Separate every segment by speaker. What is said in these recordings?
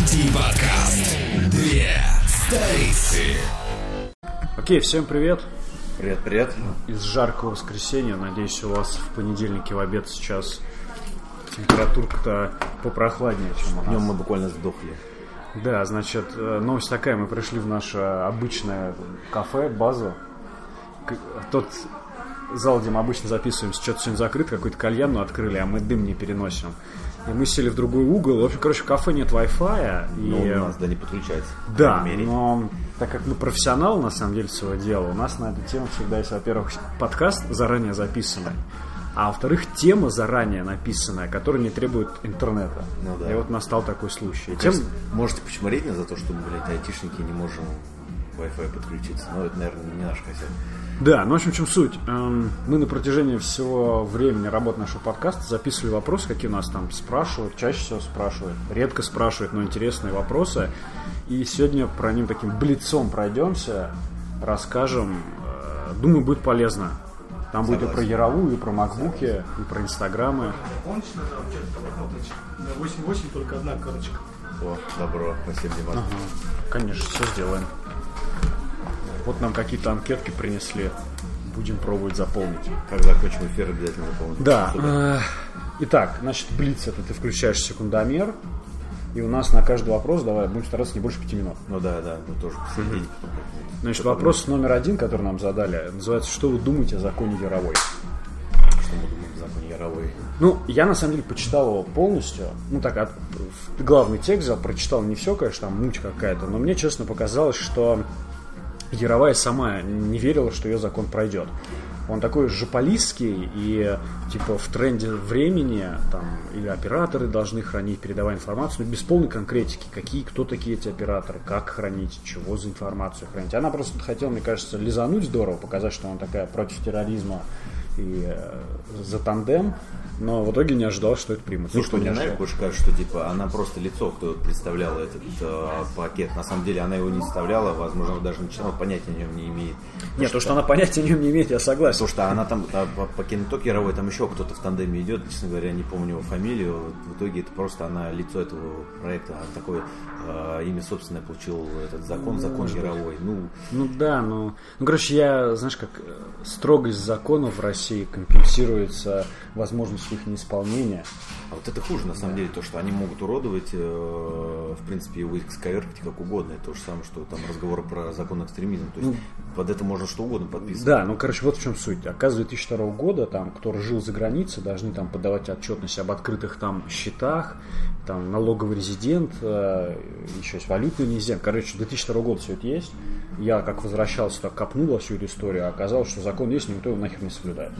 Speaker 1: Инди-подкаст. Две столицы.
Speaker 2: Окей, всем привет.
Speaker 3: Привет, привет.
Speaker 2: Из жаркого воскресенья. Надеюсь, у вас в понедельнике в обед сейчас температурка-то попрохладнее, чем у нас.
Speaker 3: Днем Ну, мы буквально сдохли.
Speaker 2: Да, значит, э, новость такая. Мы пришли в наше обычное кафе, базу. К- Тот зал, где мы обычно записываемся, что-то сегодня закрыт, какую-то кальянную открыли, а мы дым не переносим. И мы сели в другой угол. В общем, короче, в кафе нет Wi-Fi. И...
Speaker 3: Но он Ну, у нас да не подключается. по
Speaker 2: Да,
Speaker 3: крайней мере.
Speaker 2: но так как мы профессионал на самом деле своего дела, у нас на эту тему всегда есть, во-первых, подкаст заранее записанный, а во-вторых, тема заранее написанная, которая не требует интернета.
Speaker 3: Ну да.
Speaker 2: И вот настал такой случай.
Speaker 3: То
Speaker 2: Тем...
Speaker 3: есть, Можете почморить меня за то, что мы, блядь, айтишники не можем Wi-Fi подключиться. Но это, наверное, не наш косяк.
Speaker 2: Да, ну в общем, в чем суть? Эм, мы на протяжении всего времени работы нашего подкаста записывали вопросы, какие у нас там спрашивают, чаще всего спрашивают, редко спрашивают, но интересные вопросы. И сегодня про них таким блицом пройдемся, расскажем. Э, думаю, будет полезно. Там будет и про
Speaker 3: Согласен.
Speaker 2: Яровую, и про Макбуки, и про Инстаграмы.
Speaker 4: Помнишь, назвал что-то 8-8, только одна карточка.
Speaker 3: О, добро. Спасибо, Диман.
Speaker 2: Конечно, все сделаем. Вот нам какие-то анкетки принесли. Будем пробовать заполнить.
Speaker 3: Как закончим эфир, обязательно заполним.
Speaker 2: Да.
Speaker 3: Супер.
Speaker 2: э, Итак, значит, блиц это ты включаешь секундомер, и у нас на каждый вопрос, давай, будем стараться не больше пяти минут.
Speaker 3: Ну да, да, мы тоже посидим.
Speaker 2: Значит, вопрос номер один, который нам задали, называется «Что вы думаете о законе Яровой?»
Speaker 3: Что мы думаем о законе Яровой.
Speaker 2: Ну, я на самом деле почитал его полностью. Ну, так, от- в- главный текст взял, прочитал не все, конечно, там муть какая-то. Но мне, честно, показалось, что Яровая сама не верила, что ее закон пройдет. Он такой жополистский и, типа, в тренде времени, там, или операторы должны хранить, передавая информацию, но без полной конкретики, какие, кто такие эти операторы, как хранить, чего за информацию хранить. Она просто хотела, мне кажется, лизануть здорово, показать, что она такая против терроризма и э, за тандем, но в итоге не ожидал, что это примут.
Speaker 3: Ну что,
Speaker 2: не
Speaker 3: мне
Speaker 2: ожидал.
Speaker 3: знаешь, больше кажется, что типа она просто лицо, кто представлял этот э, пакет. На самом деле она его не составляла, возможно, даже начинала понятия о нем не имеет.
Speaker 2: Нет, то, что она понятия о нем не имеет, я согласен.
Speaker 3: Потому что она там а, по, по кинотоке Яровой, там еще кто-то в тандеме идет, честно говоря, не помню его фамилию. В итоге это просто она лицо этого проекта, а такое э, имя собственное получил этот закон, закон Яровой. Ну,
Speaker 2: Ну да, ну, ну, короче, я, знаешь, как э, строгость законов в России компенсируется возможностью их неисполнения.
Speaker 3: а вот это хуже на самом деле, то, что они могут уродовать, э, в принципе, его исковеркать как угодно. Это то же самое, что там разговор про закон экстремизма. То есть под это можно что угодно подписывать.
Speaker 2: Да, ну, короче, вот в чем суть. Оказывается, 2002 года, там, кто жил за границей, должны там подавать отчетность об открытых там счетах, там, налоговый резидент, э, еще есть валютный резидент. Короче, 2002 года все это есть. Я как возвращался, так копнул во всю эту историю, а оказалось, что закон есть, но никто его нахер не соблюдает.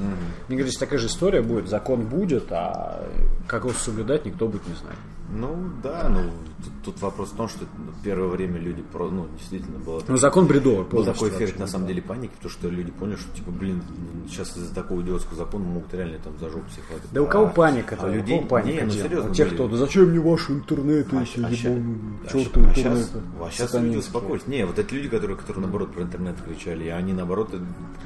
Speaker 2: Мне говорят, такая же история будет, закон будет, а как его соблюдать, никто будет не знает.
Speaker 3: Ну да, ну тут, тут вопрос в том, что ну, первое время люди про, ну, действительно было
Speaker 2: Ну, закон бредовый.
Speaker 3: Был
Speaker 2: полностью
Speaker 3: такой
Speaker 2: вообще.
Speaker 3: эффект, на самом деле, паники, потому что люди поняли, что, типа, блин, сейчас из-за такого идиотского закона могут реально там за жопу всех хватать.
Speaker 2: Да у кого
Speaker 3: А-
Speaker 2: паника-то?
Speaker 3: а
Speaker 2: У
Speaker 3: людей...
Speaker 2: кого паника?
Speaker 3: Не, ну
Speaker 2: Дим?
Speaker 3: серьезно.
Speaker 2: У тех,
Speaker 3: были.
Speaker 2: кто, да зачем мне ваши интернеты,
Speaker 3: А
Speaker 2: если
Speaker 3: ща- а ща-
Speaker 2: ебаные,
Speaker 3: а
Speaker 2: чёртовы
Speaker 3: ща- а щас-
Speaker 2: интернеты.
Speaker 3: А сейчас
Speaker 2: сатанинские».
Speaker 3: люди успокоились. Не, вот это люди, которые, которые наоборот про интернет кричали, и они наоборот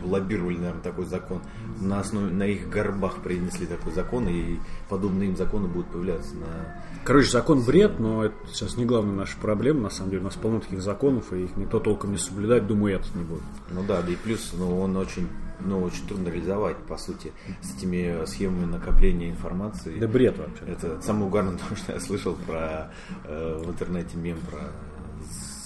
Speaker 3: лоббировали, наверное, такой закон. На основе, на их горбах принесли такой закон, и подобные им законы будут появляться на
Speaker 2: Короче, закон бред, но это сейчас не главная наша проблема. На самом деле у нас полно таких законов, и их никто толком не соблюдает. Думаю, этот не будет.
Speaker 3: Ну да, да и плюс, ну, он очень, ну, очень трудно реализовать, по сути, с этими схемами накопления информации.
Speaker 2: Да бред вообще.
Speaker 3: Это самое угарное, потому что я слышал про э, в интернете мем про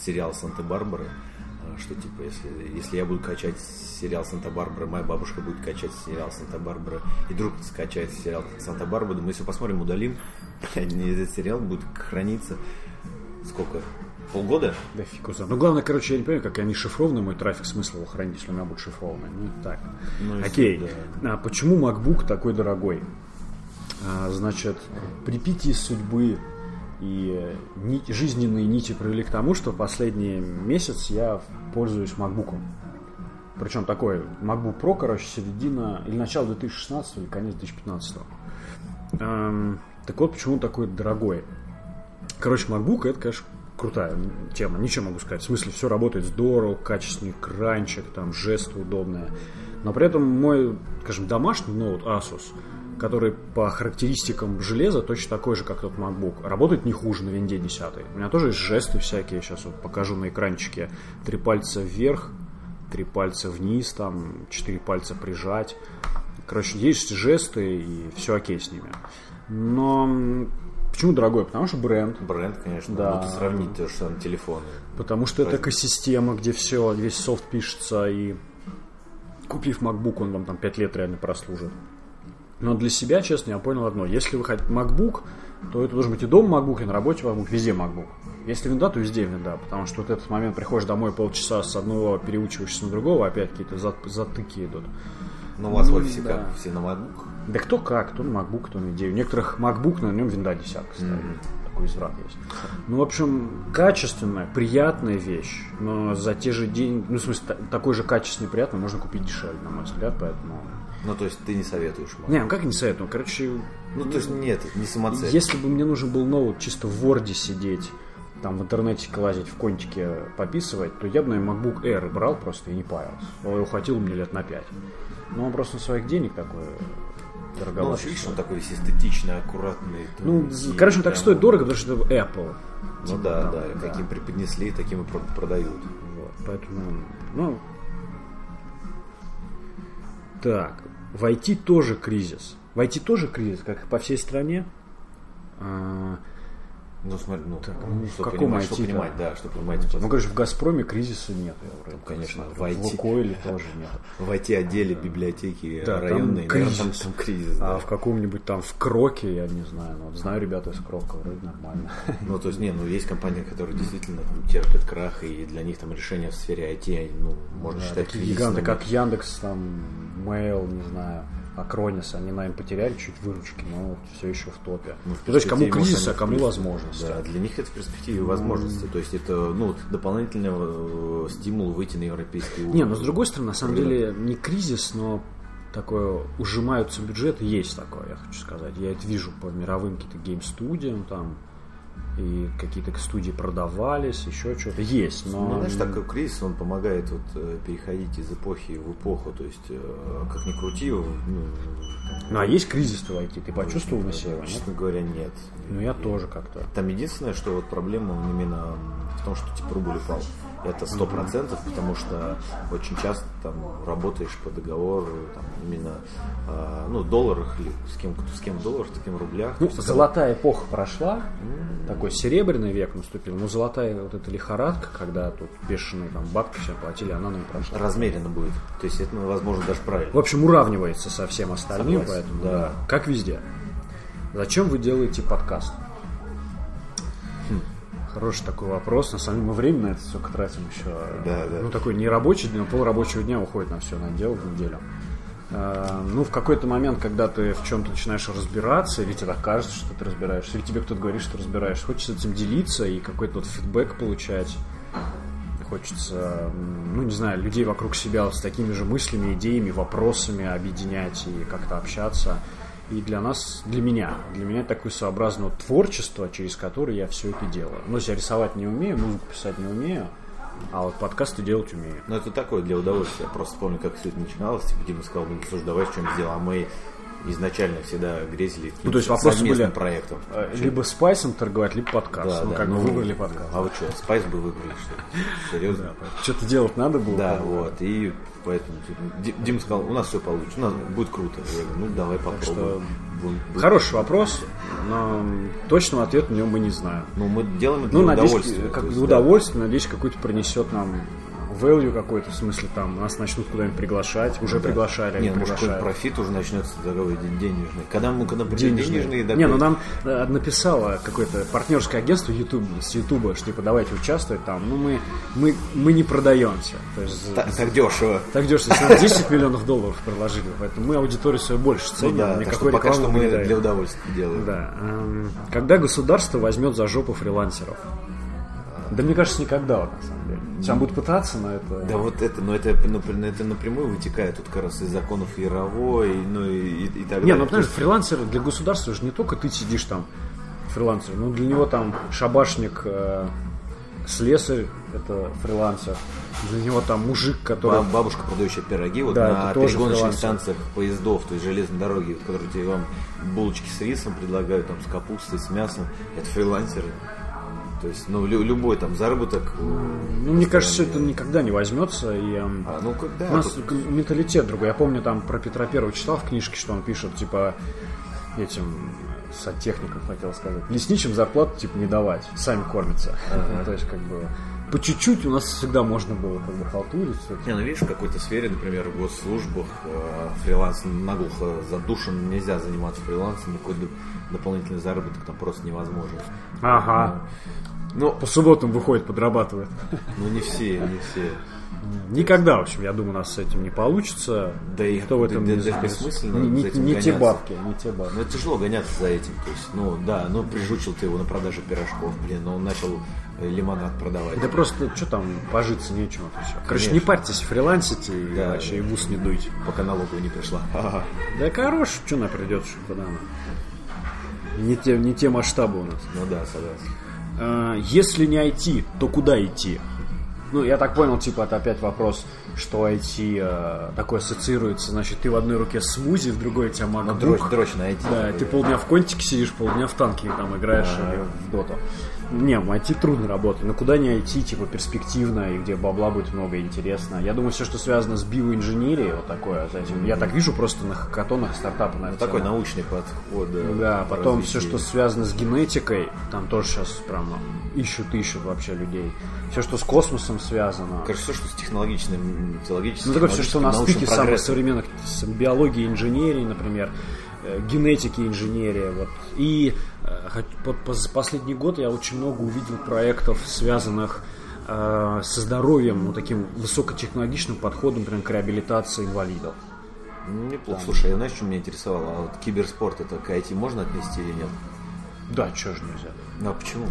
Speaker 3: сериал Санта-Барбары, э, что типа, если, если я буду качать сериал Санта-Барбара, моя бабушка будет качать сериал Санта-Барбара, и друг скачает сериал Санта-Барбара, мы все посмотрим, удалим, и этот сериал будет храниться сколько? Полгода?
Speaker 2: Да фиг его знает. Ну, главное, короче, я не понимаю, как я не шифрованный, мой трафик, смысл его хранить, если у меня будет шифрованный. Ну, так.
Speaker 3: Ну, если-
Speaker 2: Окей. А почему MacBook такой дорогой? А, значит, припитие судьбы и э, ни- жизненные нити привели к тому, что последний месяц я пользуюсь MacBook. Причем такой MacBook Pro, короче, середина или начало 2016 или конец 2015. Эм, так вот, почему он такой дорогой? Короче, MacBook это, конечно, крутая тема, ничего могу сказать. В смысле, все работает здорово, качественный экранчик, там жесты удобные. Но при этом мой, скажем, домашний ноут ну, Asus, который по характеристикам железа точно такой же, как тот MacBook. Работает не хуже на винде 10. У меня тоже есть жесты всякие, сейчас вот покажу на экранчике. Три пальца вверх, три пальца вниз, там, четыре пальца прижать. Короче, есть жесты и все окей с ними. Но м, почему дорогой? Потому что бренд,
Speaker 3: Бренд, конечно,
Speaker 2: Да.
Speaker 3: будут сравнить то, что там телефоны.
Speaker 2: Потому что это экосистема, где все, весь софт пишется, и купив MacBook, он вам там 5 лет реально прослужит. Но для себя, честно, я понял одно. Если вы хотите MacBook, то это должен быть и дом MacBook, и на работе MacBook, везде MacBook. Если винда, то везде винда, потому что вот этот момент, приходишь домой полчаса с одного переучиваешься на другого, а опять какие-то зат- затыки идут.
Speaker 3: Но Ну, у вас в офисе
Speaker 2: Ну, да.
Speaker 3: как? Все на MacBook?
Speaker 2: Да кто как, кто на MacBook, кто на идею. У некоторых MacBook, на нем винда десятка стоит. Такой изврат есть. Ну, в общем, качественная, приятная вещь, но за те же деньги, ну, в смысле, та- такой же качественный, приятный можно купить дешевле, на мой взгляд, поэтому...
Speaker 3: Ну, то есть ты не советуешь Mac?
Speaker 2: Не, ну как не советую, короче,
Speaker 3: Ну, то есть нет, это не самоцель.
Speaker 2: если бы мне нужен был ноут чисто в Word сидеть, там в интернете лазить, в контике пописывать, то я бы, наверное, MacBook Air брал просто и не парился. Он его хватило мне лет на пять. Но он просто на своих денег такой
Speaker 3: Ну,
Speaker 2: дороговатый.
Speaker 3: видишь, он такой весь эстетичный, аккуратный.
Speaker 2: Ну,
Speaker 3: тоненький,
Speaker 2: короче, он так
Speaker 3: прям
Speaker 2: стоит
Speaker 3: вот.
Speaker 2: дорого, типа, потому что это Apple.
Speaker 3: Ну да, да, каким преподнесли, таким и про- продают.
Speaker 2: Вот, поэтому, ну... Так, в IT тоже кризис. В IT тоже кризис, как и по всей стране. А,
Speaker 3: Ну, смотри, ну,
Speaker 2: ну, в
Speaker 3: что,
Speaker 2: каком
Speaker 3: понимать, что
Speaker 2: IT -то?
Speaker 3: понимать, да, что понимать. типа,
Speaker 2: ну, короче, в «Газпроме» кризиса нет. я вроде
Speaker 3: Там,
Speaker 2: как
Speaker 3: конечно,
Speaker 2: смотрю.
Speaker 3: в IT.
Speaker 2: В «Лукойле» тоже нет.
Speaker 3: в IT-отделе библиотеки
Speaker 2: Ну, Да, там
Speaker 3: районные, наверное, там,
Speaker 2: кризис.
Speaker 3: там кризис, да.
Speaker 2: А в каком-нибудь там, в «Кроке», я не знаю. Ну, вот знаю ребята из «Крока», вроде нормально.
Speaker 3: Ну, то есть, не, ну, есть компании, которые действительно ну, терпят крах, и для них там решения в сфере IT, ну, можно
Speaker 2: Да,
Speaker 3: считать
Speaker 2: такие
Speaker 3: кризисными.
Speaker 2: гиганты, как Яндекс, там, Mail, не знаю, Акронис, они, наверное, потеряли чуть выручки, но все еще в топе. Ну,
Speaker 3: Ну, в
Speaker 2: то есть кому
Speaker 3: перспективе, может,
Speaker 2: кризис,
Speaker 3: они
Speaker 2: а
Speaker 3: в
Speaker 2: кому
Speaker 3: плюсе.
Speaker 2: возможность.
Speaker 3: Да, для них это в перспективе возможности. То есть это ну, дополнительный э, стимул выйти на европейский уровень.
Speaker 2: Не, но с другой стороны, на самом деле, не кризис, но такое ужимаются бюджеты, есть такое, я хочу сказать. Я это вижу по мировым каким-то гейм-студиям там, и какие-то студии продавались, еще что-то. Есть,
Speaker 3: Ну,
Speaker 2: но...
Speaker 3: знаешь, такой кризис, он помогает вот, э, переходить из эпохи в эпоху. То есть, э, как ни крути, ну,
Speaker 2: Ну, а есть кризис-то войти, ты почувствовал на себе? Ну, нет?
Speaker 3: честно говоря, нет.
Speaker 2: Ну, я тоже как-то.
Speaker 3: Там единственное, что вот проблема именно в том, что типа рубль упал. Это сто процентов, потому что очень часто там работаешь по договору там, именно э, ну долларах или с кем с кем в долларах, таким в рублях.
Speaker 2: Ну,
Speaker 3: То есть,
Speaker 2: золотая эпоха прошла, такой серебряный век наступил, но золотая вот эта лихорадка, когда тут бешеные там бабки все платили, она нам прошла.
Speaker 3: размеренно будет. То есть это, ну, возможно, даже правильно.
Speaker 2: В общем, уравнивается со всем остальным,
Speaker 3: Согласен,
Speaker 2: поэтому,
Speaker 3: да.
Speaker 2: да, как везде. Зачем вы делаете подкаст? Хм, Хороший такой вопрос. На самом деле мы время на это все тратим еще.
Speaker 3: Да, да.
Speaker 2: Ну, такой нерабочий день, но полрабочего дня уходит на все на дело в неделю. Э, Ну, в какой-то момент, когда ты в чем-то начинаешь разбираться, или тебе так кажется, что ты разбираешься, или тебе кто-то говорит, что ты разбираешься, хочется этим делиться и какой-то вот фидбэк получать. Хочется, м, ну, не знаю, людей вокруг себя с такими же мыслями, идеями, вопросами объединять и как-то общаться. И для нас, для меня, для меня такое своеобразное творчество, через которое я все это делаю. Ну, то есть я рисовать не умею, музыку писать не умею, а вот подкасты делать умею.
Speaker 3: Ну, это такое для удовольствия. Я просто помню, как все это начиналось. Типа, Дима сказал, ну, слушай, давай что-нибудь сделаем. А мы изначально всегда грезили
Speaker 2: Ну, то есть вопросы
Speaker 3: совместным
Speaker 2: были,
Speaker 3: проектом.
Speaker 2: Э, Либо спайсом торговать, либо подкаст.
Speaker 3: Да,
Speaker 2: ну,
Speaker 3: да,
Speaker 2: как бы
Speaker 3: ну,
Speaker 2: выбрали подкаст.
Speaker 3: А вы что, Спайс бы выбрали, что ли? Серьезно?
Speaker 2: Что-то делать надо было?
Speaker 3: Да,
Speaker 2: как бы.
Speaker 3: вот. И поэтому типа, Ди- Дима сказал, у нас все получится, у нас будет круто. Я говорю, ну давай попробуем. Будем- будем-
Speaker 2: Хороший вопрос, но точного ответа на него мы не знаем.
Speaker 3: Ну, мы делаем это
Speaker 2: Ну,
Speaker 3: для
Speaker 2: надеюсь,
Speaker 3: удовольствия.
Speaker 2: как
Speaker 3: то есть,
Speaker 2: бы удовольствие, надеюсь, какой-то принесет нам value какой-то, в смысле, там, нас начнут куда-нибудь приглашать, уже
Speaker 3: да.
Speaker 2: приглашали,
Speaker 3: Не,
Speaker 2: они
Speaker 3: ну, может, какой-нибудь
Speaker 2: приглашают.
Speaker 3: профит уже начнется такой ден- денежный. Когда мы когда придет
Speaker 2: денежные.
Speaker 3: денежный,
Speaker 2: Не,
Speaker 3: такой,
Speaker 2: ну нам э, написало какое-то партнерское агентство YouTube, с Ютуба, что типа давайте участвовать там, ну мы, мы, мы не продаемся. То есть,
Speaker 3: та- так дешево.
Speaker 2: так дешево, если нам 10 миллионов долларов предложили, поэтому мы аудиторию свою больше
Speaker 3: Ну
Speaker 2: ценим,
Speaker 3: да, так что
Speaker 2: никакой
Speaker 3: пока
Speaker 2: рекламы
Speaker 3: что
Speaker 2: мы не
Speaker 3: мы
Speaker 2: даем.
Speaker 3: для удовольствия делаем.
Speaker 2: Да. эм, Когда государство возьмет за жопу фрилансеров? Да мне кажется, никогда, вот, на самом деле. Сам будут пытаться, но это...
Speaker 3: Да вот это, но это, напр- это напрямую вытекает тут как раз из законов Яровой, ну и, и, и так
Speaker 2: Не,
Speaker 3: далее.
Speaker 2: ну
Speaker 3: То
Speaker 2: потому что фрилансер для государства же не только ты ну, сидишь там фрилансер, но для него там шабашник, э, слесарь, это фрилансер. За него там мужик, который...
Speaker 3: Ба- Бабушка, продающая пироги, вот
Speaker 2: Да,
Speaker 3: на
Speaker 2: это тоже
Speaker 3: перегоночных
Speaker 2: фрилансер.
Speaker 3: станциях поездов, то есть железной дороги, в которые тебе вам булочки с рисом предлагают, там, с капустой, с мясом, это фрилансеры. То есть, ну, лю- любой там заработок.
Speaker 2: Ну, мне кажется, это никогда не возьмется. И, эм,
Speaker 3: А, ну, как- да,
Speaker 2: У нас
Speaker 3: тут-
Speaker 2: к- менталитет другой. Я помню, там про Петра Первого читал в книжке, что он пишет, типа, этим э, сантехникам хотел сказать. Лесничим зарплату, типа, не давать. Сами кормятся. Ну, То есть, как бы, по чуть-чуть у нас всегда можно было, как бы, халтурить. всё это.
Speaker 3: Не, ну видишь, в какой-то сфере, например, в госслужбах э, фриланс наглухо задушен, нельзя заниматься фрилансом, никакой д- дополнительный заработок там просто невозможен.
Speaker 2: Ага.
Speaker 3: Ну,
Speaker 2: По субботам выходит, подрабатывает.
Speaker 3: ну не все, не все.
Speaker 2: Никогда, в общем, я думаю, у нас с этим не получится.
Speaker 3: Да и
Speaker 2: кто в этом
Speaker 3: да-
Speaker 2: не
Speaker 3: да
Speaker 2: занимается?
Speaker 3: бессмысленно
Speaker 2: Не-
Speaker 3: за этим
Speaker 2: Не не те
Speaker 3: гоняться.
Speaker 2: бабки, не те бабки.
Speaker 3: Ну, это тяжело гоняться за этим. То есть, ну да, ну прижучил ты его на продаже пирожков, блин, но он начал э, лимонад продавать.
Speaker 2: Да просто, что там, пожиться нечем. это всё. Короче, не
Speaker 3: Конечно.
Speaker 2: парьтесь, фрилансите, и
Speaker 3: Да,
Speaker 2: вообще
Speaker 3: да.
Speaker 2: и в ус не дуйте.
Speaker 3: Пока налоговая не пришла.
Speaker 2: А.
Speaker 3: Ха-ха.
Speaker 2: Да хорош, что она придет, что куда она. Не те, не те масштабы у нас.
Speaker 3: Ну да, согласен.
Speaker 2: А, Если не IT, то куда идти? Ну, я так понял, типа, это опять вопрос, что IT э, такое ассоциируется, значит, ты в одной руке смузи, в другой у тебя
Speaker 3: Ну, Дрочь,
Speaker 2: макбук.
Speaker 3: дрочь найти.
Speaker 2: Да, типа, ты полдня в контике сидишь, полдня в танке там играешь или в доту. Не, в IT трудно работать. Но куда не IT, типа, перспективно, и где бабла будет много и интересно. Я думаю, все, что связано с биоинженерией, вот такое, за этим. Я так вижу просто на хакатонах стартапы, наверное.
Speaker 3: Ну, Такой научный подход. э,
Speaker 2: Да,
Speaker 3: по
Speaker 2: потом все,
Speaker 3: развитию.
Speaker 2: что связано с генетикой, там тоже сейчас прям ищут, ищут вообще людей. Все, что с космосом связано.
Speaker 3: Короче, все, что с технологичным,
Speaker 2: Ну,
Speaker 3: технологическим,
Speaker 2: такое все, что на
Speaker 3: научным
Speaker 2: стыке самых
Speaker 3: прогрессом.
Speaker 2: современных с биологии, инженерии, например, э, генетики, инженерия. Вот. И э, хот- по- по- за последний год я очень много увидел проектов, связанных э, со здоровьем, ну, таким высокотехнологичным подходом, например, к реабилитации инвалидов. Ну,
Speaker 3: Неплохо. Слушай, а знаешь, что меня интересовало? А вот киберспорт, это к IT можно отнести или нет?
Speaker 2: Да, чего же нельзя?
Speaker 3: Ну, а почему?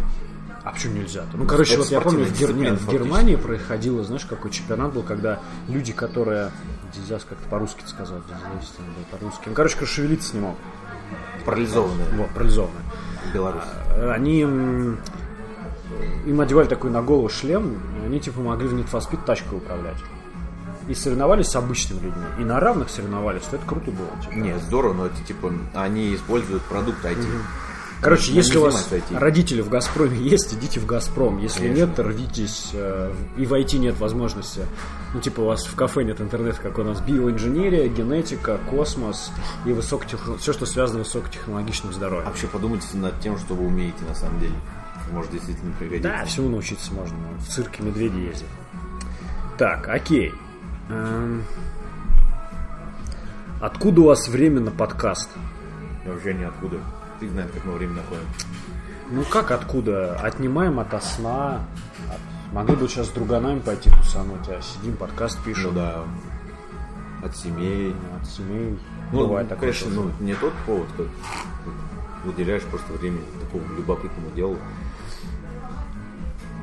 Speaker 2: А почему нельзя-то? Ну, короче,
Speaker 3: это
Speaker 2: вот я помню, в, Гер-
Speaker 3: спортивная
Speaker 2: нет, в
Speaker 3: дисциплина,
Speaker 2: Германии происходило, знаешь, какой чемпионат был, когда люди, которые... Дизас как-то по-русски сказал, Дизас, да, по-русски. Ну, короче, короче, шевелиться не мог.
Speaker 3: Парализованная
Speaker 2: Вот, парализованные.
Speaker 3: Беларусь.
Speaker 2: Э, Они... м, Им одевали такой на голову шлем, и они, типа, могли в Need for Speed тачкой управлять. И соревновались с обычными людьми. И на равных соревновались, то это круто было. типа.
Speaker 3: Не, здорово, но это типа они используют продукт IT.
Speaker 2: Короче,
Speaker 3: Они
Speaker 2: если у вас
Speaker 3: занимаются IT.
Speaker 2: родители в Газпроме есть, идите в Газпром. Если
Speaker 3: Конечно.
Speaker 2: нет, родитесь э, и войти нет возможности. Ну, типа, у вас в кафе нет интернета, как у нас биоинженерия, генетика, космос и высокотех... все, что связано с высокотехнологичным
Speaker 3: А
Speaker 2: здоровьем.
Speaker 3: вообще подумайте над тем, что вы умеете на самом деле. Может действительно пригодиться.
Speaker 2: Да, всему научиться можно. В цирке медведи ездят. Так, окей. Эм, Откуда у вас время на подкаст?
Speaker 3: Я Вообще ниоткуда. Ты знаешь, как мы время находим.
Speaker 2: Ну как откуда? Отнимаем от сна. От- Могли бы сейчас с друганами пойти тусануть, а сидим, подкаст
Speaker 3: Ну
Speaker 2: пишем.
Speaker 3: да. От семей.
Speaker 2: От семей.
Speaker 3: Ну,
Speaker 2: Бывает такое.
Speaker 3: конечно,
Speaker 2: тоже.
Speaker 3: ну, не тот повод, как уделяешь просто время такому любопытному делу.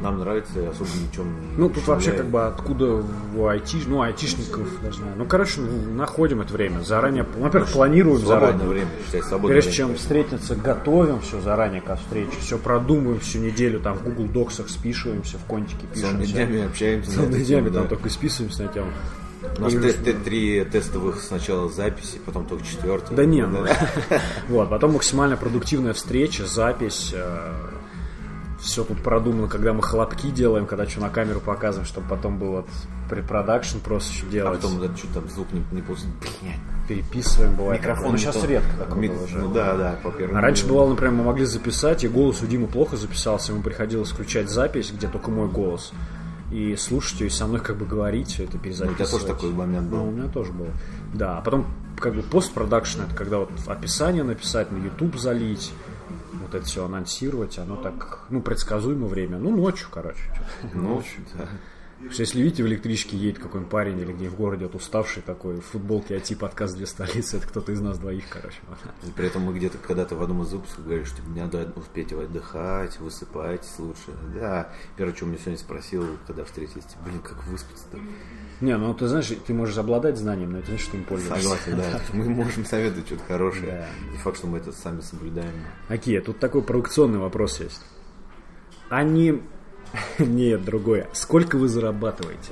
Speaker 3: Нам нравится, и особо ничем не
Speaker 2: Ну, тут вообще
Speaker 3: вдохновляет.
Speaker 2: как бы откуда у айти, ну, айтишников, даже знаю. Ну, короче, ну, находим это время заранее. Во-первых, планируем
Speaker 3: свободное
Speaker 2: заранее.
Speaker 3: время, считай, свободное
Speaker 2: Прежде
Speaker 3: время.
Speaker 2: чем встретиться, готовим все заранее ко встрече, все продумываем всю неделю, там в Google Доксах спишиваемся, в контике
Speaker 3: Целыми
Speaker 2: пишемся.
Speaker 3: днями общаемся.
Speaker 2: Целыми
Speaker 3: Да.
Speaker 2: днями там только списываемся на тему.
Speaker 3: У нас
Speaker 2: И-
Speaker 3: те- те- три тестовых сначала записи, потом только четвертый.
Speaker 2: Да не, ну, вот, потом максимально продуктивная встреча, запись, все тут продумано, когда мы холодки делаем, когда что на камеру показываем, чтобы потом был вот препродакшн просто еще
Speaker 3: А
Speaker 2: делать.
Speaker 3: потом да, что там звук не, не пустит. Блядь.
Speaker 2: переписываем, бывает. такое.
Speaker 3: не
Speaker 2: Ну, сейчас
Speaker 3: то.
Speaker 2: редко такое
Speaker 3: Ми-
Speaker 2: было уже.
Speaker 3: Ну да, да, по первому.
Speaker 2: А раньше бывало, например, мы могли записать, и голос у Димы плохо записался, ему приходилось включать запись, где только мой голос, и слушать ее, и со мной как бы говорить, все это
Speaker 3: Ну, у
Speaker 2: перезаписывать.
Speaker 3: тебя тоже такой момент
Speaker 2: Ну, у
Speaker 3: был.
Speaker 2: меня тоже было. Да, а потом как бы постпродакшн, это когда вот описание написать, на YouTube залить, вот это все анонсировать, оно так, ну, предсказуемо время. Ну, ночью, короче.
Speaker 3: Ну, да.
Speaker 2: Потому что если видите, в электричке едет какой-нибудь парень или где в городе, вот уставший такой, в футболке IT подкаст «Две столицы», это кто-то из нас двоих, короче.
Speaker 3: И При этом мы где-то когда-то в одном из выпусков говорили, что мне надо успеть отдыхать, высыпайтесь лучше. Да, первое, что меня сегодня спросил, когда встретились, типа, блин, как выспаться-то?
Speaker 2: Не, ну ты знаешь, ты можешь обладать знанием, но это не значит, что им пользуешься.
Speaker 3: Согласен, да. Мы можем советовать что-то хорошее. Не факт, что мы это сами соблюдаем.
Speaker 2: Окей, тут такой провокационный вопрос есть. Они Нет, другое. Сколько вы зарабатываете?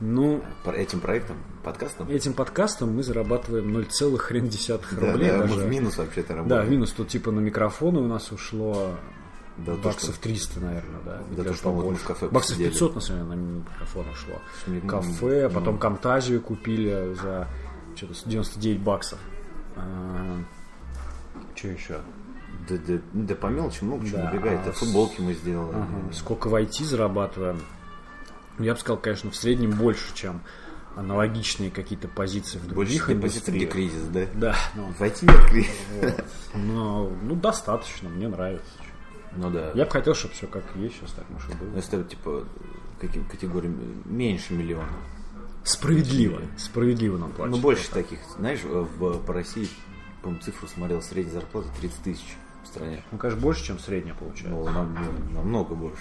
Speaker 2: Ну,
Speaker 3: Про- Этим проектом, подкастом?
Speaker 2: этим подкастом мы зарабатываем 0,1
Speaker 3: Да,
Speaker 2: рублей
Speaker 3: да, мы
Speaker 2: даже.
Speaker 3: в минус вообще-то
Speaker 2: Да,
Speaker 3: работаем.
Speaker 2: в минус тут типа на микрофоны у нас ушло
Speaker 3: Да, то,
Speaker 2: баксов
Speaker 3: что-
Speaker 2: 300, наверное, да.
Speaker 3: Да,
Speaker 2: или
Speaker 3: то, что мы вот
Speaker 2: побольше.
Speaker 3: в кафе
Speaker 2: баксов
Speaker 3: посидели.
Speaker 2: 500, на самом деле, на микрофон ушло.
Speaker 3: Ну,
Speaker 2: Кафе,
Speaker 3: ну.
Speaker 2: потом Камтазию купили за что-то 99 баксов. А, Что еще?
Speaker 3: Да, да, ну, да по мелочи много чего
Speaker 2: Да,
Speaker 3: набегает.
Speaker 2: а
Speaker 3: Да,
Speaker 2: с-
Speaker 3: футболки мы сделали.
Speaker 2: Сколько в IT зарабатываем? Ну, Я бы сказал, конечно, в среднем больше, чем аналогичные какие-то позиции в
Speaker 3: Больше
Speaker 2: других
Speaker 3: чем позиции, где
Speaker 2: индустриях.
Speaker 3: кризис, да?
Speaker 2: Да, ну,
Speaker 3: Войти нет кризис.
Speaker 2: но, ну достаточно, мне нравится.
Speaker 3: Ну да.
Speaker 2: Я бы хотел, чтобы все как есть сейчас так, ну, чтобы было.
Speaker 3: Ну, если типа каким категориям меньше миллиона.
Speaker 2: Справедливо. Справедливо нам платят.
Speaker 3: Ну, больше таких, знаешь, в, по России, по-моему, цифру смотрел, средняя зарплата 30 тысяч в стране.
Speaker 2: Ну, конечно, больше, чем средняя получается.
Speaker 3: Ну, нам- ну, намного больше.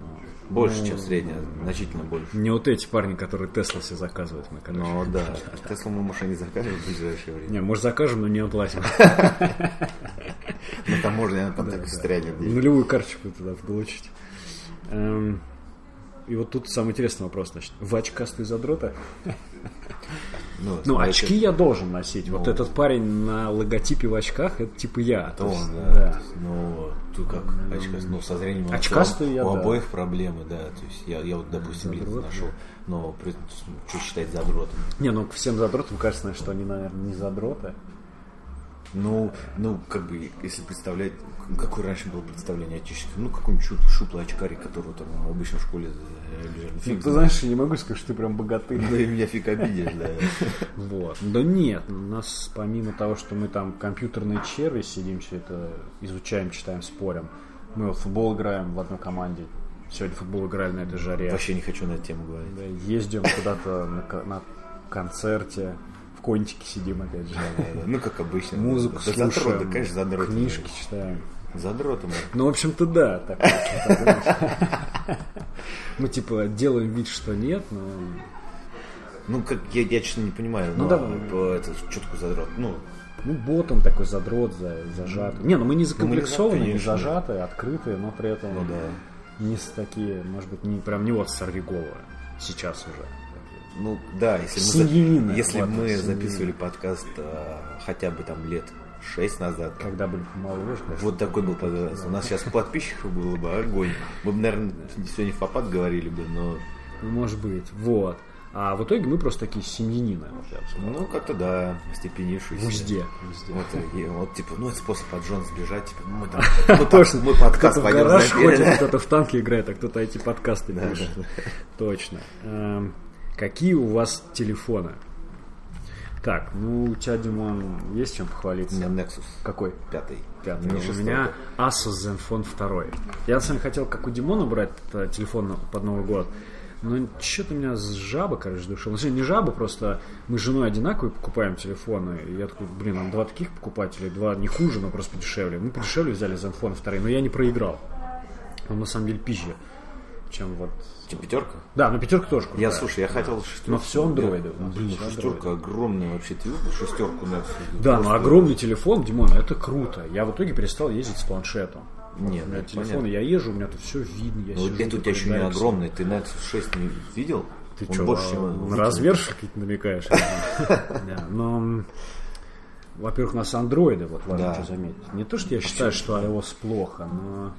Speaker 3: Ну, Больше,
Speaker 2: Ну,
Speaker 3: чем средняя, значительно больше.
Speaker 2: Не вот эти парни, которые Тесла все заказывают, мы, короче.
Speaker 3: Ну да, Теслу мы машине закажем в ближайшее время.
Speaker 2: Не, может, закажем, но не оплатим.
Speaker 3: На таможне она там так и стрянет.
Speaker 2: Нулевую карточку туда получить. Эм, И вот тут самый интересный вопрос, значит. В очках ты задрота? Ну,
Speaker 3: смотрите,
Speaker 2: очки я должен носить. Вот этот парень на логотипе в очках, это типа я.
Speaker 3: то
Speaker 2: То есть,
Speaker 3: он, да, то
Speaker 2: да.
Speaker 3: есть, Ну, ты как очкаст, ну, со зрением у нас
Speaker 2: Очкастый
Speaker 3: у-
Speaker 2: я,
Speaker 3: у
Speaker 2: да.
Speaker 3: обоих проблемы, да. То есть я, я вот, допустим, линзы
Speaker 2: Задрот,
Speaker 3: нашел, но при, что считать задротом?
Speaker 2: Не, ну всем задротам кажется, что они, наверное, не задроты.
Speaker 3: Ну, ну, как бы, если представлять, какое раньше было представление отечества, ну, какой-нибудь шут- шутлый очкарик, которого там обычно в школе э, лежали. Фиг
Speaker 2: Ну, Ты
Speaker 3: знает.
Speaker 2: знаешь, я не могу сказать, что ты прям богатырь.
Speaker 3: Да и меня фиг обидишь, да.
Speaker 2: Вот. Да нет, у нас помимо того, что мы там компьютерные черви сидим, все это изучаем, читаем, спорим. Мы вот в футбол играем в одной команде. Сегодня в футбол играли на этой жаре.
Speaker 3: Вообще не хочу на эту тему говорить.
Speaker 2: Да, Ездим куда-то на, ко- на концерте. В контике сидим опять же.
Speaker 3: Да, Ну, как обычно.
Speaker 2: Музыку
Speaker 3: Да,
Speaker 2: слушаем.
Speaker 3: задрот, да, конечно, задрот.
Speaker 2: Книжки читаем.
Speaker 3: Задротом.
Speaker 2: Ну, в общем-то, да. так вот, если подумать. Мы типа делаем вид, что нет, но
Speaker 3: Ну, как, я, я честно не понимаю.
Speaker 2: Ну,
Speaker 3: Ну,
Speaker 2: давай.
Speaker 3: по- это, четко задрот. Ну,
Speaker 2: ну, ботом такой задрот, за- зажатый. Не, ну мы не закомплексованные, не
Speaker 3: конечно.
Speaker 2: зажатые, открытые, но при этом
Speaker 3: ну да.
Speaker 2: не с такие, может быть, не прям не вот Сорвиголова сейчас уже.
Speaker 3: Ну, да, если мы,
Speaker 2: Семьянина,
Speaker 3: если
Speaker 2: ладно,
Speaker 3: мы
Speaker 2: семьянина.
Speaker 3: записывали подкаст а, хотя бы там лет шесть назад,
Speaker 2: Когда были помоложе, конечно.
Speaker 3: Вот такой был подкаст. У нас сейчас подписчиков было бы огонь. Мы бы, наверное, сегодня в попад говорили бы, но...
Speaker 2: Ну, может быть, вот. А в итоге мы просто такие семьянины, вот я бы сказал.
Speaker 3: Ну, как-то да, степенившись.
Speaker 2: В узде. в узде.
Speaker 3: Вот, и вот, типа, ну, это способ от Джон сбежать, типа, мы там, мы, под-
Speaker 2: Точно.
Speaker 3: мы подкаст
Speaker 2: Кто-то в
Speaker 3: пойдем
Speaker 2: гараж
Speaker 3: запилим.
Speaker 2: ходит, кто-то в танке играет, а кто-то эти подкасты пишет. Точно. Эм, Какие у вас телефоны? Так, ну у тебя, Димон, есть чем
Speaker 3: У меня
Speaker 2: похвалиться?
Speaker 3: Nexus
Speaker 2: Какой?
Speaker 3: пятый.
Speaker 2: Пятый.
Speaker 3: Не
Speaker 2: Ну, У
Speaker 3: шестой.
Speaker 2: меня Asus Zenfone 2. Я на самом деле хотел, как у Димона, брать э, телефон на- под Новый год. Но что-то меня с жаба, короче, душил. Ну, точнее, не жаба, просто мы с женой одинаковые покупаем телефоны. И я такой, блин, нам два таких покупателя, два не хуже, но просто подешевле. Мы подешевле взяли Zenfone 2, но я не проиграл. Он на самом деле пизже, чем вот...
Speaker 3: Типа, пятерка?
Speaker 2: Да, Ну, но пятерка тоже крутая.
Speaker 3: Я, слушай, я хотел шестерку.
Speaker 2: Но все андроиды у нас,
Speaker 3: Блин, ну
Speaker 2: всё
Speaker 3: шестерка огромная вообще. Ты видел шестерку Nexus?
Speaker 2: Да, ну, но
Speaker 3: Просто-
Speaker 2: огромный телефон, Димон, это круто. Я в итоге перестал ездить с планшетом.
Speaker 3: Нет,
Speaker 2: У меня
Speaker 3: ну,
Speaker 2: телефон,
Speaker 3: понятно.
Speaker 2: я езжу, у меня тут все видно. Я
Speaker 3: Ну,
Speaker 2: сижу,
Speaker 3: это у тебя
Speaker 2: такой,
Speaker 3: еще не
Speaker 2: да,
Speaker 3: огромный. Ты Nexus 6 не видел?
Speaker 2: Ты
Speaker 3: Он
Speaker 2: что,
Speaker 3: больше, чем...
Speaker 2: на размер какие-то намекаешь? Да, Но, м, во-первых, у нас андроиды, вот важно
Speaker 3: Да.
Speaker 2: что заметить. Не то, что я считаю, что iOS плохо, но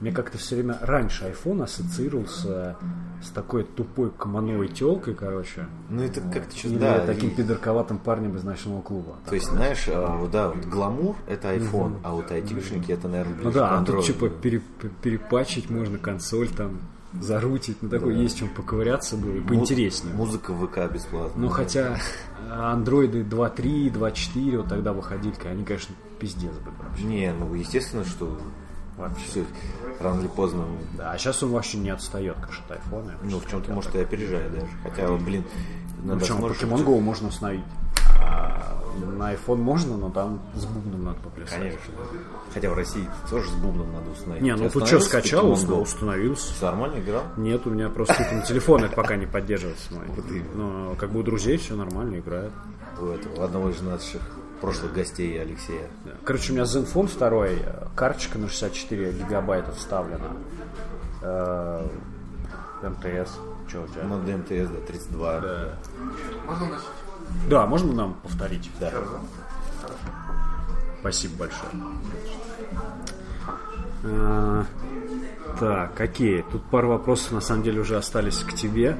Speaker 2: мне как-то все время раньше iPhone ассоциировался с такой тупой комановой телкой, короче.
Speaker 3: Ну, это как-то
Speaker 2: Или
Speaker 3: что-то... Да,
Speaker 2: таким
Speaker 3: и-
Speaker 2: пидорковатым парнем из ночного клуба.
Speaker 3: То есть, знаешь, а, вот, да, вот гламур это iPhone, а вот айтишники это, наверное,
Speaker 2: Ну
Speaker 3: ближе к
Speaker 2: да, а тут
Speaker 3: Android.
Speaker 2: типа пере- перепачить можно консоль там, зарутить, ну такой есть чем поковыряться было, и
Speaker 3: Муз-
Speaker 2: поинтереснее.
Speaker 3: Музыка в ВК бесплатно.
Speaker 2: Ну хотя андроиды 2.3, 2.4 вот тогда выходили, они, конечно, пиздец были вообще.
Speaker 3: Не, ну естественно, что
Speaker 2: Вообще.
Speaker 3: все рано или поздно.
Speaker 2: Да, а сейчас он вообще не отстает, конечно, от айфона.
Speaker 3: Ну, в чем-то, может, и опережает даже. Хотя, вот, блин, надо
Speaker 2: Причем
Speaker 3: смотреть,
Speaker 2: Pokemon
Speaker 3: что-
Speaker 2: Go можно установить. А на iPhone можно, но там с бубном надо поплясать.
Speaker 3: Конечно. Хотя в России тоже с бубном надо установить.
Speaker 2: Не, ну
Speaker 3: Ты
Speaker 2: ты что,
Speaker 3: остановился
Speaker 2: скачал,
Speaker 3: Pokemon Go?
Speaker 2: установился.
Speaker 3: Всё Нормально играл?
Speaker 2: Нет, у меня просто типа на телефон это пока не поддерживается. мой. Но как бы у друзей все нормально играет.
Speaker 3: У этого, одного из наших прошлых гостей Алексея.
Speaker 2: Короче, у меня Zenfone 2, э, карточка на 64 гигабайта вставлена. э, МТС. Что у тебя?
Speaker 3: На ДМТС, да, 32. Да.
Speaker 4: Можно начать?
Speaker 2: Да, можно нам повторить?
Speaker 3: Да.
Speaker 2: Спасибо большое. Э, Так, какие? Тут пару вопросов на самом деле уже остались к тебе.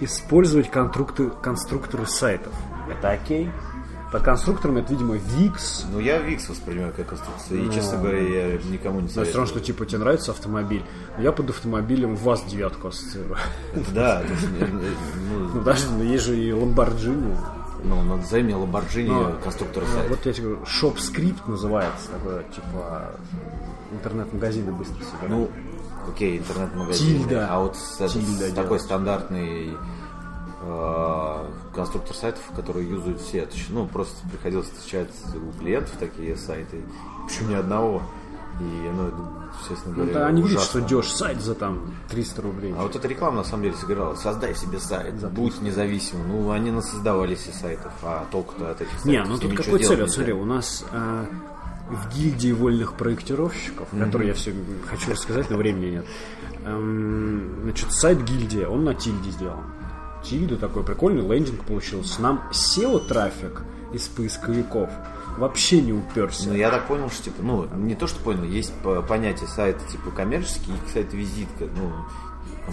Speaker 2: Использовать конструкты- конструкторы сайтов. Это окей? Под конструкторами это, видимо, Wix.
Speaker 3: Ну, я Викс воспринимаю как конструкцию. И, честно говоря, я никому не
Speaker 2: Но все
Speaker 3: советую.
Speaker 2: Ну, равно, что типа тебе нравится автомобиль. Но я под автомобилем вас девятку ассоциирую.
Speaker 3: Да, то есть, э, э, ну,
Speaker 2: Ну, даже ну, есть же и Lamborghini.
Speaker 3: ну, назови мне Lamborghini конструктор
Speaker 2: Ну,
Speaker 3: сайта.
Speaker 2: Вот я тебе говорю, шоп-скрипт называется. Такое, типа, интернет-магазины быстро собирают.
Speaker 3: Ну, окей, интернет-магазин.
Speaker 2: Тильда.
Speaker 3: А вот с- с-
Speaker 2: Тильда
Speaker 3: такой
Speaker 2: делается.
Speaker 3: стандартный э, конструктор сайтов, который юзают все. То есть, Ну, просто приходилось встречать у клиентов такие сайты. Почему ни одного? И, ну, это, честно говоря,
Speaker 2: Да, они видят,
Speaker 3: ужасно.
Speaker 2: что дешь сайт за там 300 рублей.
Speaker 3: А вот эта реклама на самом деле сыграла. Создай себе сайт, будь независимым. Ну, они насоздавали себе сайтов, а толку-то от этих сайтов.
Speaker 2: Не, ну
Speaker 3: с ними
Speaker 2: тут
Speaker 3: ничего
Speaker 2: какой
Speaker 3: делать
Speaker 2: цель? Вот
Speaker 3: нельзя.
Speaker 2: смотри, у нас а, в гильдии вольных проектировщиков, которые я все хочу рассказать, но времени нет. эм, значит, сайт гильдии, он на тильде сделан. Тильда такой прикольный лендинг получился. Нам SEO трафик из поисковиков вообще не уперся.
Speaker 3: Ну, я так понял, что, типа, ну, не то, что понял, есть по- понятие сайта, типа, коммерческий и сайт-визитка. Ну, кому-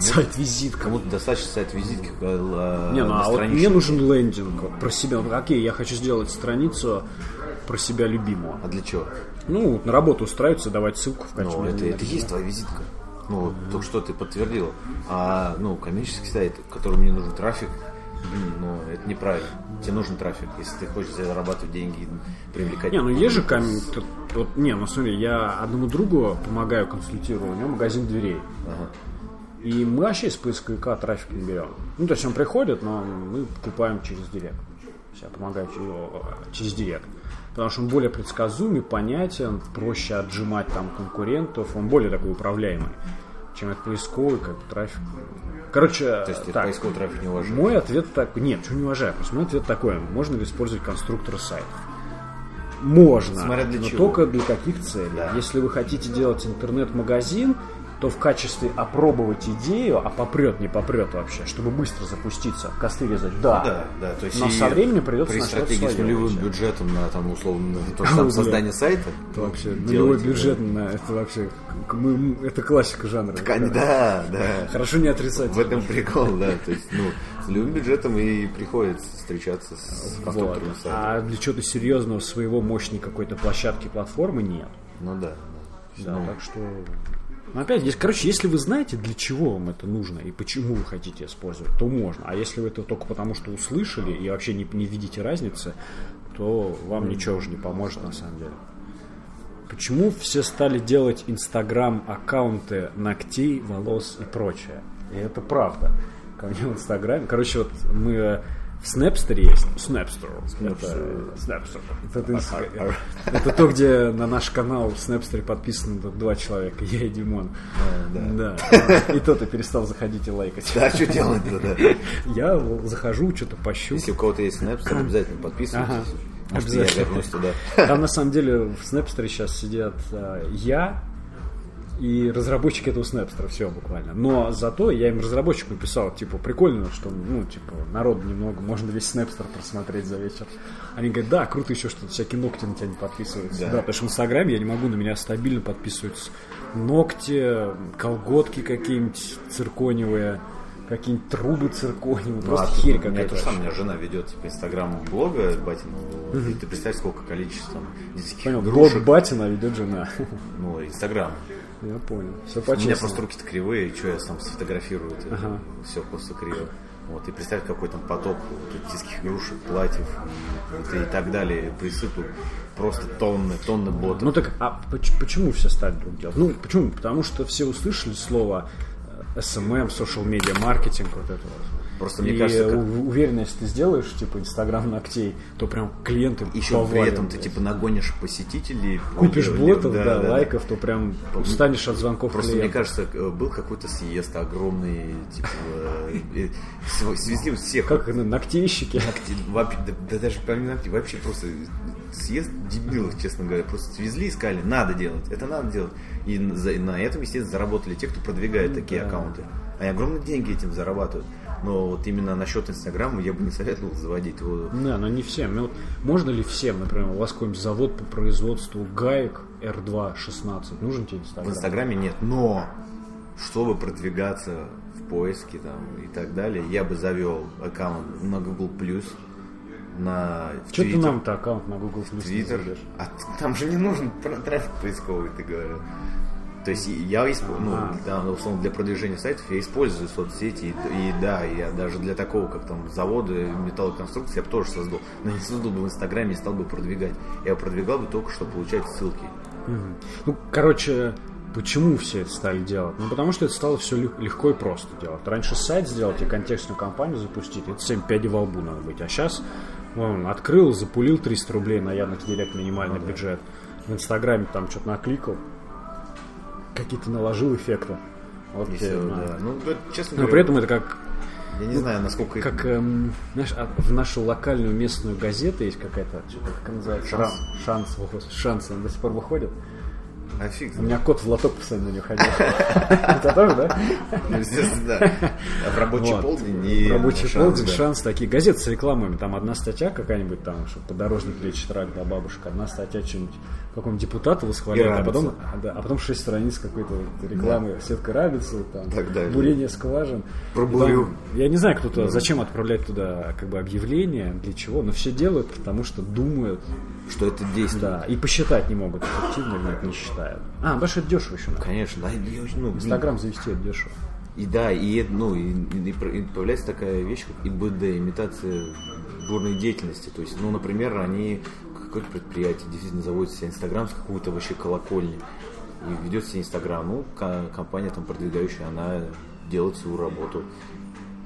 Speaker 2: Сайт визитка.
Speaker 3: Кому-то достаточно сайт-визитки э,
Speaker 2: Не, ну
Speaker 3: на
Speaker 2: а вот
Speaker 3: страничке.
Speaker 2: мне нужен лендинг вот, про себя. Ну, Окей, я хочу сделать страницу про себя любимого.
Speaker 3: А для чего?
Speaker 2: Ну, вот на работу устраиваться, давать ссылку в качестве.
Speaker 3: Ну, это, это и есть твоя визитка. Ну, вот только что ты подтвердил. А, ну, коммерческий сайт, которому не нужен трафик, блин, ну, это неправильно. Тебе нужен трафик, если ты хочешь зарабатывать деньги и привлекать.
Speaker 2: Не, ну есть же кам... тут- вот, не, ну смотри, я одному другу помогаю, консультирую, у него магазин дверей. И мы вообще из поисковика трафик не берем. Ну, то есть он приходит, но мы покупаем через директ. То есть я помогаю через, через директ. Потому что он более предсказуемый, понятен, проще отжимать там конкурентов, он более такой управляемый, чем это поисковый, как бы трафик. Короче,
Speaker 3: То есть ты
Speaker 2: так.
Speaker 3: поисковый трафик не уважаешь.
Speaker 2: Мой ответ такой. Нет, что не уважаю, просто мой ответ такой. Можно ли использовать конструкторы сайтов? Можно,
Speaker 3: Смотря для
Speaker 2: но
Speaker 3: чего.
Speaker 2: только для каких целей. Если вы хотите делать интернет-магазин, то в качестве опробовать идею, а попрет, не попрет вообще, чтобы быстро запуститься, косты резать, да.
Speaker 3: Да, да, то есть
Speaker 2: Но
Speaker 3: и
Speaker 2: со временем придется
Speaker 3: при
Speaker 2: на что-то
Speaker 3: стратегии с
Speaker 2: свое
Speaker 3: нулевым
Speaker 2: вообще.
Speaker 3: бюджетом на там условно на то же самое
Speaker 2: Блин.
Speaker 3: создание сайта. э,
Speaker 2: Это вообще
Speaker 3: Ну, делайте,
Speaker 2: нулевой
Speaker 3: да.
Speaker 2: бюджет на это вообще к- мы- это классика жанра.
Speaker 3: Кон- Да, да.
Speaker 2: Хорошо не отрицать.
Speaker 3: В этом прикол, да. То есть, ну, с любым бюджетом и приходится встречаться с
Speaker 2: Вот.
Speaker 3: конструктором сайта.
Speaker 2: А для чего-то серьезного своего мощной какой-то площадки, платформы нет.
Speaker 3: Ну да.
Speaker 2: Да, так что... Ну, опять, здесь, короче, если вы знаете, для чего вам это нужно и почему вы хотите использовать, то можно. А если вы это только потому, что услышали и вообще не, не видите разницы, то вам ничего уже не поможет на самом деле. Почему все стали делать инстаграм-аккаунты ногтей, волос и прочее? И это правда. Ко мне в инстаграме... Короче, вот мы э, в Снэпстере есть. Снэпстер. Это, Снэпстер. Это, инстаг- это то, где на наш канал в Снэпстере подписано д- два человека. Я и Димон. Да. И то ты перестал заходить и лайкать.
Speaker 3: Да, что делать-то, да.
Speaker 2: Я л- захожу, что-то пощу.
Speaker 3: Если у кого-то есть Snapchat, обязательно
Speaker 2: Ага.
Speaker 3: подписывайтесь. Может, я
Speaker 2: Обязательно.
Speaker 3: вернусь туда.
Speaker 2: Там на самом деле в Снэпстере сейчас сидят э, я и разработчик этого Снэпстера, все буквально. Но зато я им разработчику написал, типа, прикольно, что, ну, типа, народу немного, можно весь Снэпстер просмотреть за вечер. Они говорят, да, круто еще, что всякие ногти на тебя не подписываются. Да, потому что в Инстаграме я не могу, на меня стабильно подписываются ногти, колготки какие-нибудь цирконевые, какие-нибудь трубы цирконевые, просто
Speaker 3: Ладно,
Speaker 2: херь
Speaker 3: А, у меня
Speaker 2: какая-то.
Speaker 3: тоже там, у меня жена ведет типа инстаграм блога Батиного. И ты представь, сколько количества там детских
Speaker 2: Понял,
Speaker 3: игрушек.
Speaker 2: блог Батина ведет жена.
Speaker 3: Ну, инстаграм.
Speaker 2: Я понял. Все
Speaker 3: У меня
Speaker 2: по-честному.
Speaker 3: просто руки-то кривые, что я сам сфотографирую,
Speaker 2: Ага.
Speaker 3: все просто криво. Вот, и представь, какой там поток вот этих детских игрушек, платьев вот, и так далее, присыпал просто тонны, тонны ботов.
Speaker 2: Ну так, а поч- почему все стали вдруг делать? Ну, почему? Потому что все услышали слово э, SMM, social media, маркетинг, вот это вот.
Speaker 3: Просто мне
Speaker 2: и
Speaker 3: кажется, как-
Speaker 2: у- уверенно, если ты сделаешь, типа, Инстаграм ногтей, то прям клиенты
Speaker 3: еще при
Speaker 2: повалят,
Speaker 3: этом ты
Speaker 2: блядь.
Speaker 3: типа нагонишь посетителей.
Speaker 2: Купишь
Speaker 3: лев-
Speaker 2: ботов, да,
Speaker 3: да.
Speaker 2: лайков, то прям устанешь от звонков
Speaker 3: Просто мне
Speaker 2: клиентов.
Speaker 3: кажется, э, был какой-то съезд огромный, типа, э, э, св- свезли вот всех.
Speaker 2: Как на- ногтейщики.
Speaker 3: Ногти- вообще- да, да даже помимо ногтей, вообще просто съезд дебилов, честно говоря, просто свезли и сказали, надо делать, это надо делать. И на- за- и на этом, естественно, заработали те, кто продвигает такие аккаунты. Они огромные деньги этим зарабатывают. Но вот именно насчет Инстаграма я бы не советовал заводить его.
Speaker 2: Да, но не всем. Ну, вот можно ли всем, например, у вас какой-нибудь завод по производству гаек R2-16? Нужен тебе
Speaker 3: В
Speaker 2: Инстаграм?
Speaker 3: Инстаграме нет, но чтобы продвигаться в поиске там и так далее, я бы завел аккаунт на Google Plus, на в
Speaker 2: Что ты
Speaker 3: Twitter.
Speaker 2: нам-то аккаунт на Google Plus не
Speaker 3: Твиттер,
Speaker 2: заведешь?
Speaker 3: а т- там же не нужен пр- трафик поисковый, ты говорил. То есть я использую,
Speaker 2: Ага.
Speaker 3: ну, да, ну, условно, для продвижения сайтов я использую соцсети, и, и да, я даже для такого, как там завода, металлоконструкции, я бы тоже создал, но не создал бы в Инстаграме и стал бы продвигать. Я продвигал бы только, чтобы получать ссылки.
Speaker 2: Мгм. Ну, короче, почему все это стали делать? Ну, потому что это стало все легко и просто делать. Раньше сайт сделать и контекстную кампанию запустить, это 7 пядей во лбу надо быть. А сейчас он открыл, запулил 300 рублей на Яндекс.Директ минимальный
Speaker 3: Ну
Speaker 2: бюджет. В Инстаграме там что-то накликал, какие-то наложил эффекты. Вот
Speaker 3: Если,
Speaker 2: тебе на-
Speaker 3: да. Ну, да, честно
Speaker 2: Но
Speaker 3: говоря,
Speaker 2: при этом это как
Speaker 3: я не знаю, насколько их-
Speaker 2: как эм, знаешь, а в нашу локальную местную газету есть какая-то, что как она называется?
Speaker 3: Шанс.
Speaker 2: Ра- Шанс. о, господи, Шанс, она до сих пор выходит.
Speaker 3: А фиг
Speaker 2: У
Speaker 3: знает.
Speaker 2: меня кот в лоток постоянно на нее ходил. У тебя тоже, да?
Speaker 3: Ну, естественно, да. А В рабочий
Speaker 2: Вот.
Speaker 3: полдень и...
Speaker 2: В Рабочий
Speaker 3: шанс,
Speaker 2: полдень,
Speaker 3: да.
Speaker 2: шанс, такие газеты с рекламами. Там одна статья какая-нибудь там, что подорожник лечит рак для бабушек, одна статья что-нибудь какому-нибудь депутату восхваляет, а
Speaker 3: Рабица.
Speaker 2: потом, а, да, а потом шесть страниц какой-то вот рекламы, сетка рабицы, там,
Speaker 3: Так далее.
Speaker 2: бурение скважин.
Speaker 3: Про
Speaker 2: И там-
Speaker 3: бурю.
Speaker 2: Я не знаю, кто-то, зачем отправлять туда как бы объявление, для чего, но все делают, потому что думают,
Speaker 3: Что это действует.
Speaker 2: да, и посчитать не могут, эффективно или нет, не считают. А, потому что это дешево еще. надо.
Speaker 3: Конечно, да, я очень- ну, блин,
Speaker 2: Инстаграм завести это дешево.
Speaker 3: И да, и, это, ну, и, и- и про- и появляется такая вещь, как ИБД, имитация бурной деятельности. То есть, ну, например, они, какое-то предприятие действительно заводит себе Инстаграм с какой-то вообще колокольни и ведет себе Инстаграм. Ну, ка- компания там продвигающая, она делает свою работу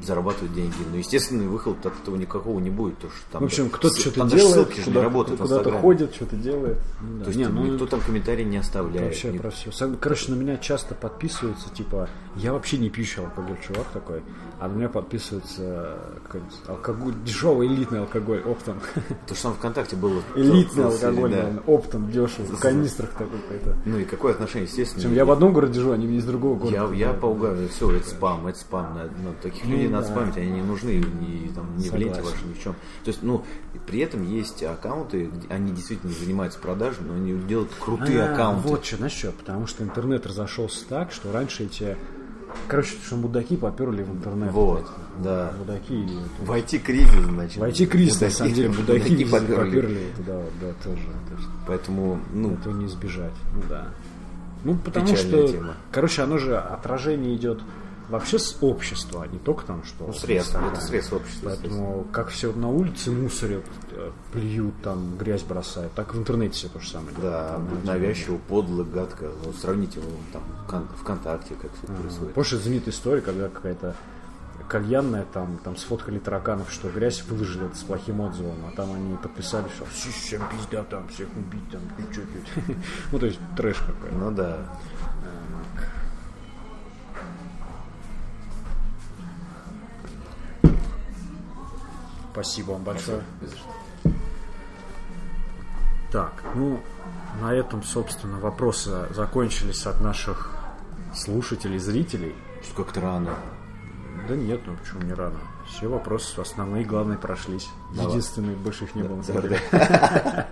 Speaker 3: зарабатывает деньги, но естественный выход от этого никакого не будет, то что там.
Speaker 2: В общем, кто-то
Speaker 3: с-
Speaker 2: что-то
Speaker 3: там даже
Speaker 2: делает,
Speaker 3: ссылки же не
Speaker 2: куда-
Speaker 3: работают в
Speaker 2: куда-то
Speaker 3: Инстаграме.
Speaker 2: ходит, что-то делает. ну,
Speaker 3: То есть никто там комментарий не оставляет.
Speaker 2: Вообще
Speaker 3: ни-
Speaker 2: про все. Короче, на меня часто подписываются, типа, я вообще не пищу алкоголь, чувак такой, а на меня подписывается э, какой-нибудь алкоголь, дешевый элитный алкоголь, оптом.
Speaker 3: То, что там ВКонтакте было.
Speaker 2: Элитный
Speaker 3: Целый-
Speaker 2: алкоголь,
Speaker 3: да.
Speaker 2: наверное, оптом дешево, в канистрах такой какой-то.
Speaker 3: Ну и какое отношение, естественно.
Speaker 2: Причем я в одном городе живу, они мне из другого
Speaker 3: Я,
Speaker 2: города.
Speaker 3: я поугадываю, все, это спам, это спам. Надо- надо таких людей надо спамить, они не нужны ни, там, ни в ленте
Speaker 2: Ну Согласен.
Speaker 3: вашей, ни в чем. То есть, ну, и при этом есть аккаунты, где они действительно занимаются продажами, но они делают крутые
Speaker 2: А,
Speaker 3: аккаунты.
Speaker 2: Вот что, знаешь что, потому что интернет разошелся так, что раньше эти... Короче, что мудаки поперли в интернет.
Speaker 3: Вот, да.
Speaker 2: Мудаки и вот
Speaker 3: Войти кризис, значит.
Speaker 2: Войти кризис, на
Speaker 3: Мудаки-
Speaker 2: самом деле,
Speaker 3: мудаки
Speaker 2: мудаки везде
Speaker 3: поперли.
Speaker 2: поперли туда, вот, да, тоже. То есть
Speaker 3: Поэтому, ну,
Speaker 2: этого не избежать, ну да. Ну, потому
Speaker 3: Печальная
Speaker 2: что,
Speaker 3: тема.
Speaker 2: короче, оно же отражение идет вообще с общества, а не только там, что...
Speaker 3: ну, средств,
Speaker 2: Инстаграм.
Speaker 3: это средство общества. естественно.
Speaker 2: Поэтому как все на улице мусорят, э, плюют, там грязь бросают, так в интернете все то же самое. делают.
Speaker 3: Да,
Speaker 2: Там, знаете,
Speaker 3: навязчиво, подло, гадко. Ну, сравните его там Вкон- ВКонтакте, как все происходит.
Speaker 2: Помнишь, это знаменитая история, когда какая-то кальянная там, там сфоткали тараканов, что грязь выложили это с плохим отзывом, а там они подписали, что «Всё, всем пизда там, всех убить там, ты чё, ты?» Ну, то есть трэш какой-то.
Speaker 3: Ну да.
Speaker 2: Спасибо вам большое. Так, ну, на этом, собственно, вопросы закончились от наших слушателей, зрителей.
Speaker 3: Что Как-то рано.
Speaker 2: Да нет, ну почему не рано? Все вопросы основные, главные прошлись. Единственные, больше их не было. на самом деле.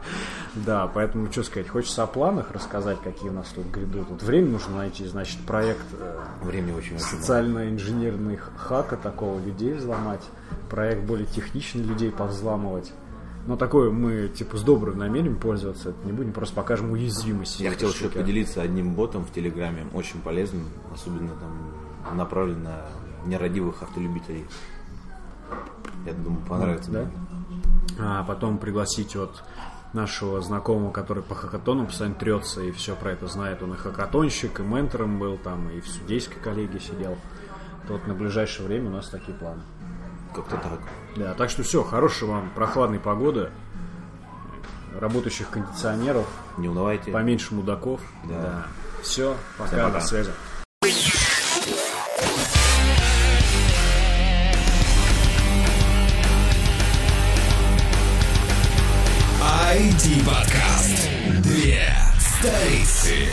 Speaker 2: Да, поэтому что сказать, хочется о планах рассказать, какие у нас тут грядут. Вот время нужно найти, значит, проект э,
Speaker 3: Времени очень очень мало.
Speaker 2: социально-инженерных хака такого людей взломать, проект более техничный людей повзламывать. Но такое мы, типа, с добрым намерением пользоваться это не будем, просто покажем уязвимость.
Speaker 3: Я
Speaker 2: этой
Speaker 3: хотел еще
Speaker 2: штуки.
Speaker 3: поделиться одним ботом в Телеграме, очень полезным, особенно там направлен на нерадивых автолюбителей. Я думаю, понравится
Speaker 2: Да?
Speaker 3: мне.
Speaker 2: А потом пригласить вот нашего знакомого, который по хакатонам постоянно трется и все про это знает. Он и хакатонщик, и ментором был там, и в судейской коллегии сидел. То вот на ближайшее время у нас такие планы.
Speaker 3: как-то так.
Speaker 2: Да, так что все, хорошей вам прохладной погоды, работающих кондиционеров,
Speaker 3: Не унывайте.
Speaker 2: поменьше мудаков.
Speaker 3: Да.
Speaker 2: Все,
Speaker 3: Всем
Speaker 2: пока,
Speaker 3: пока.
Speaker 2: до связи.
Speaker 1: ID подкаст. Две столицы.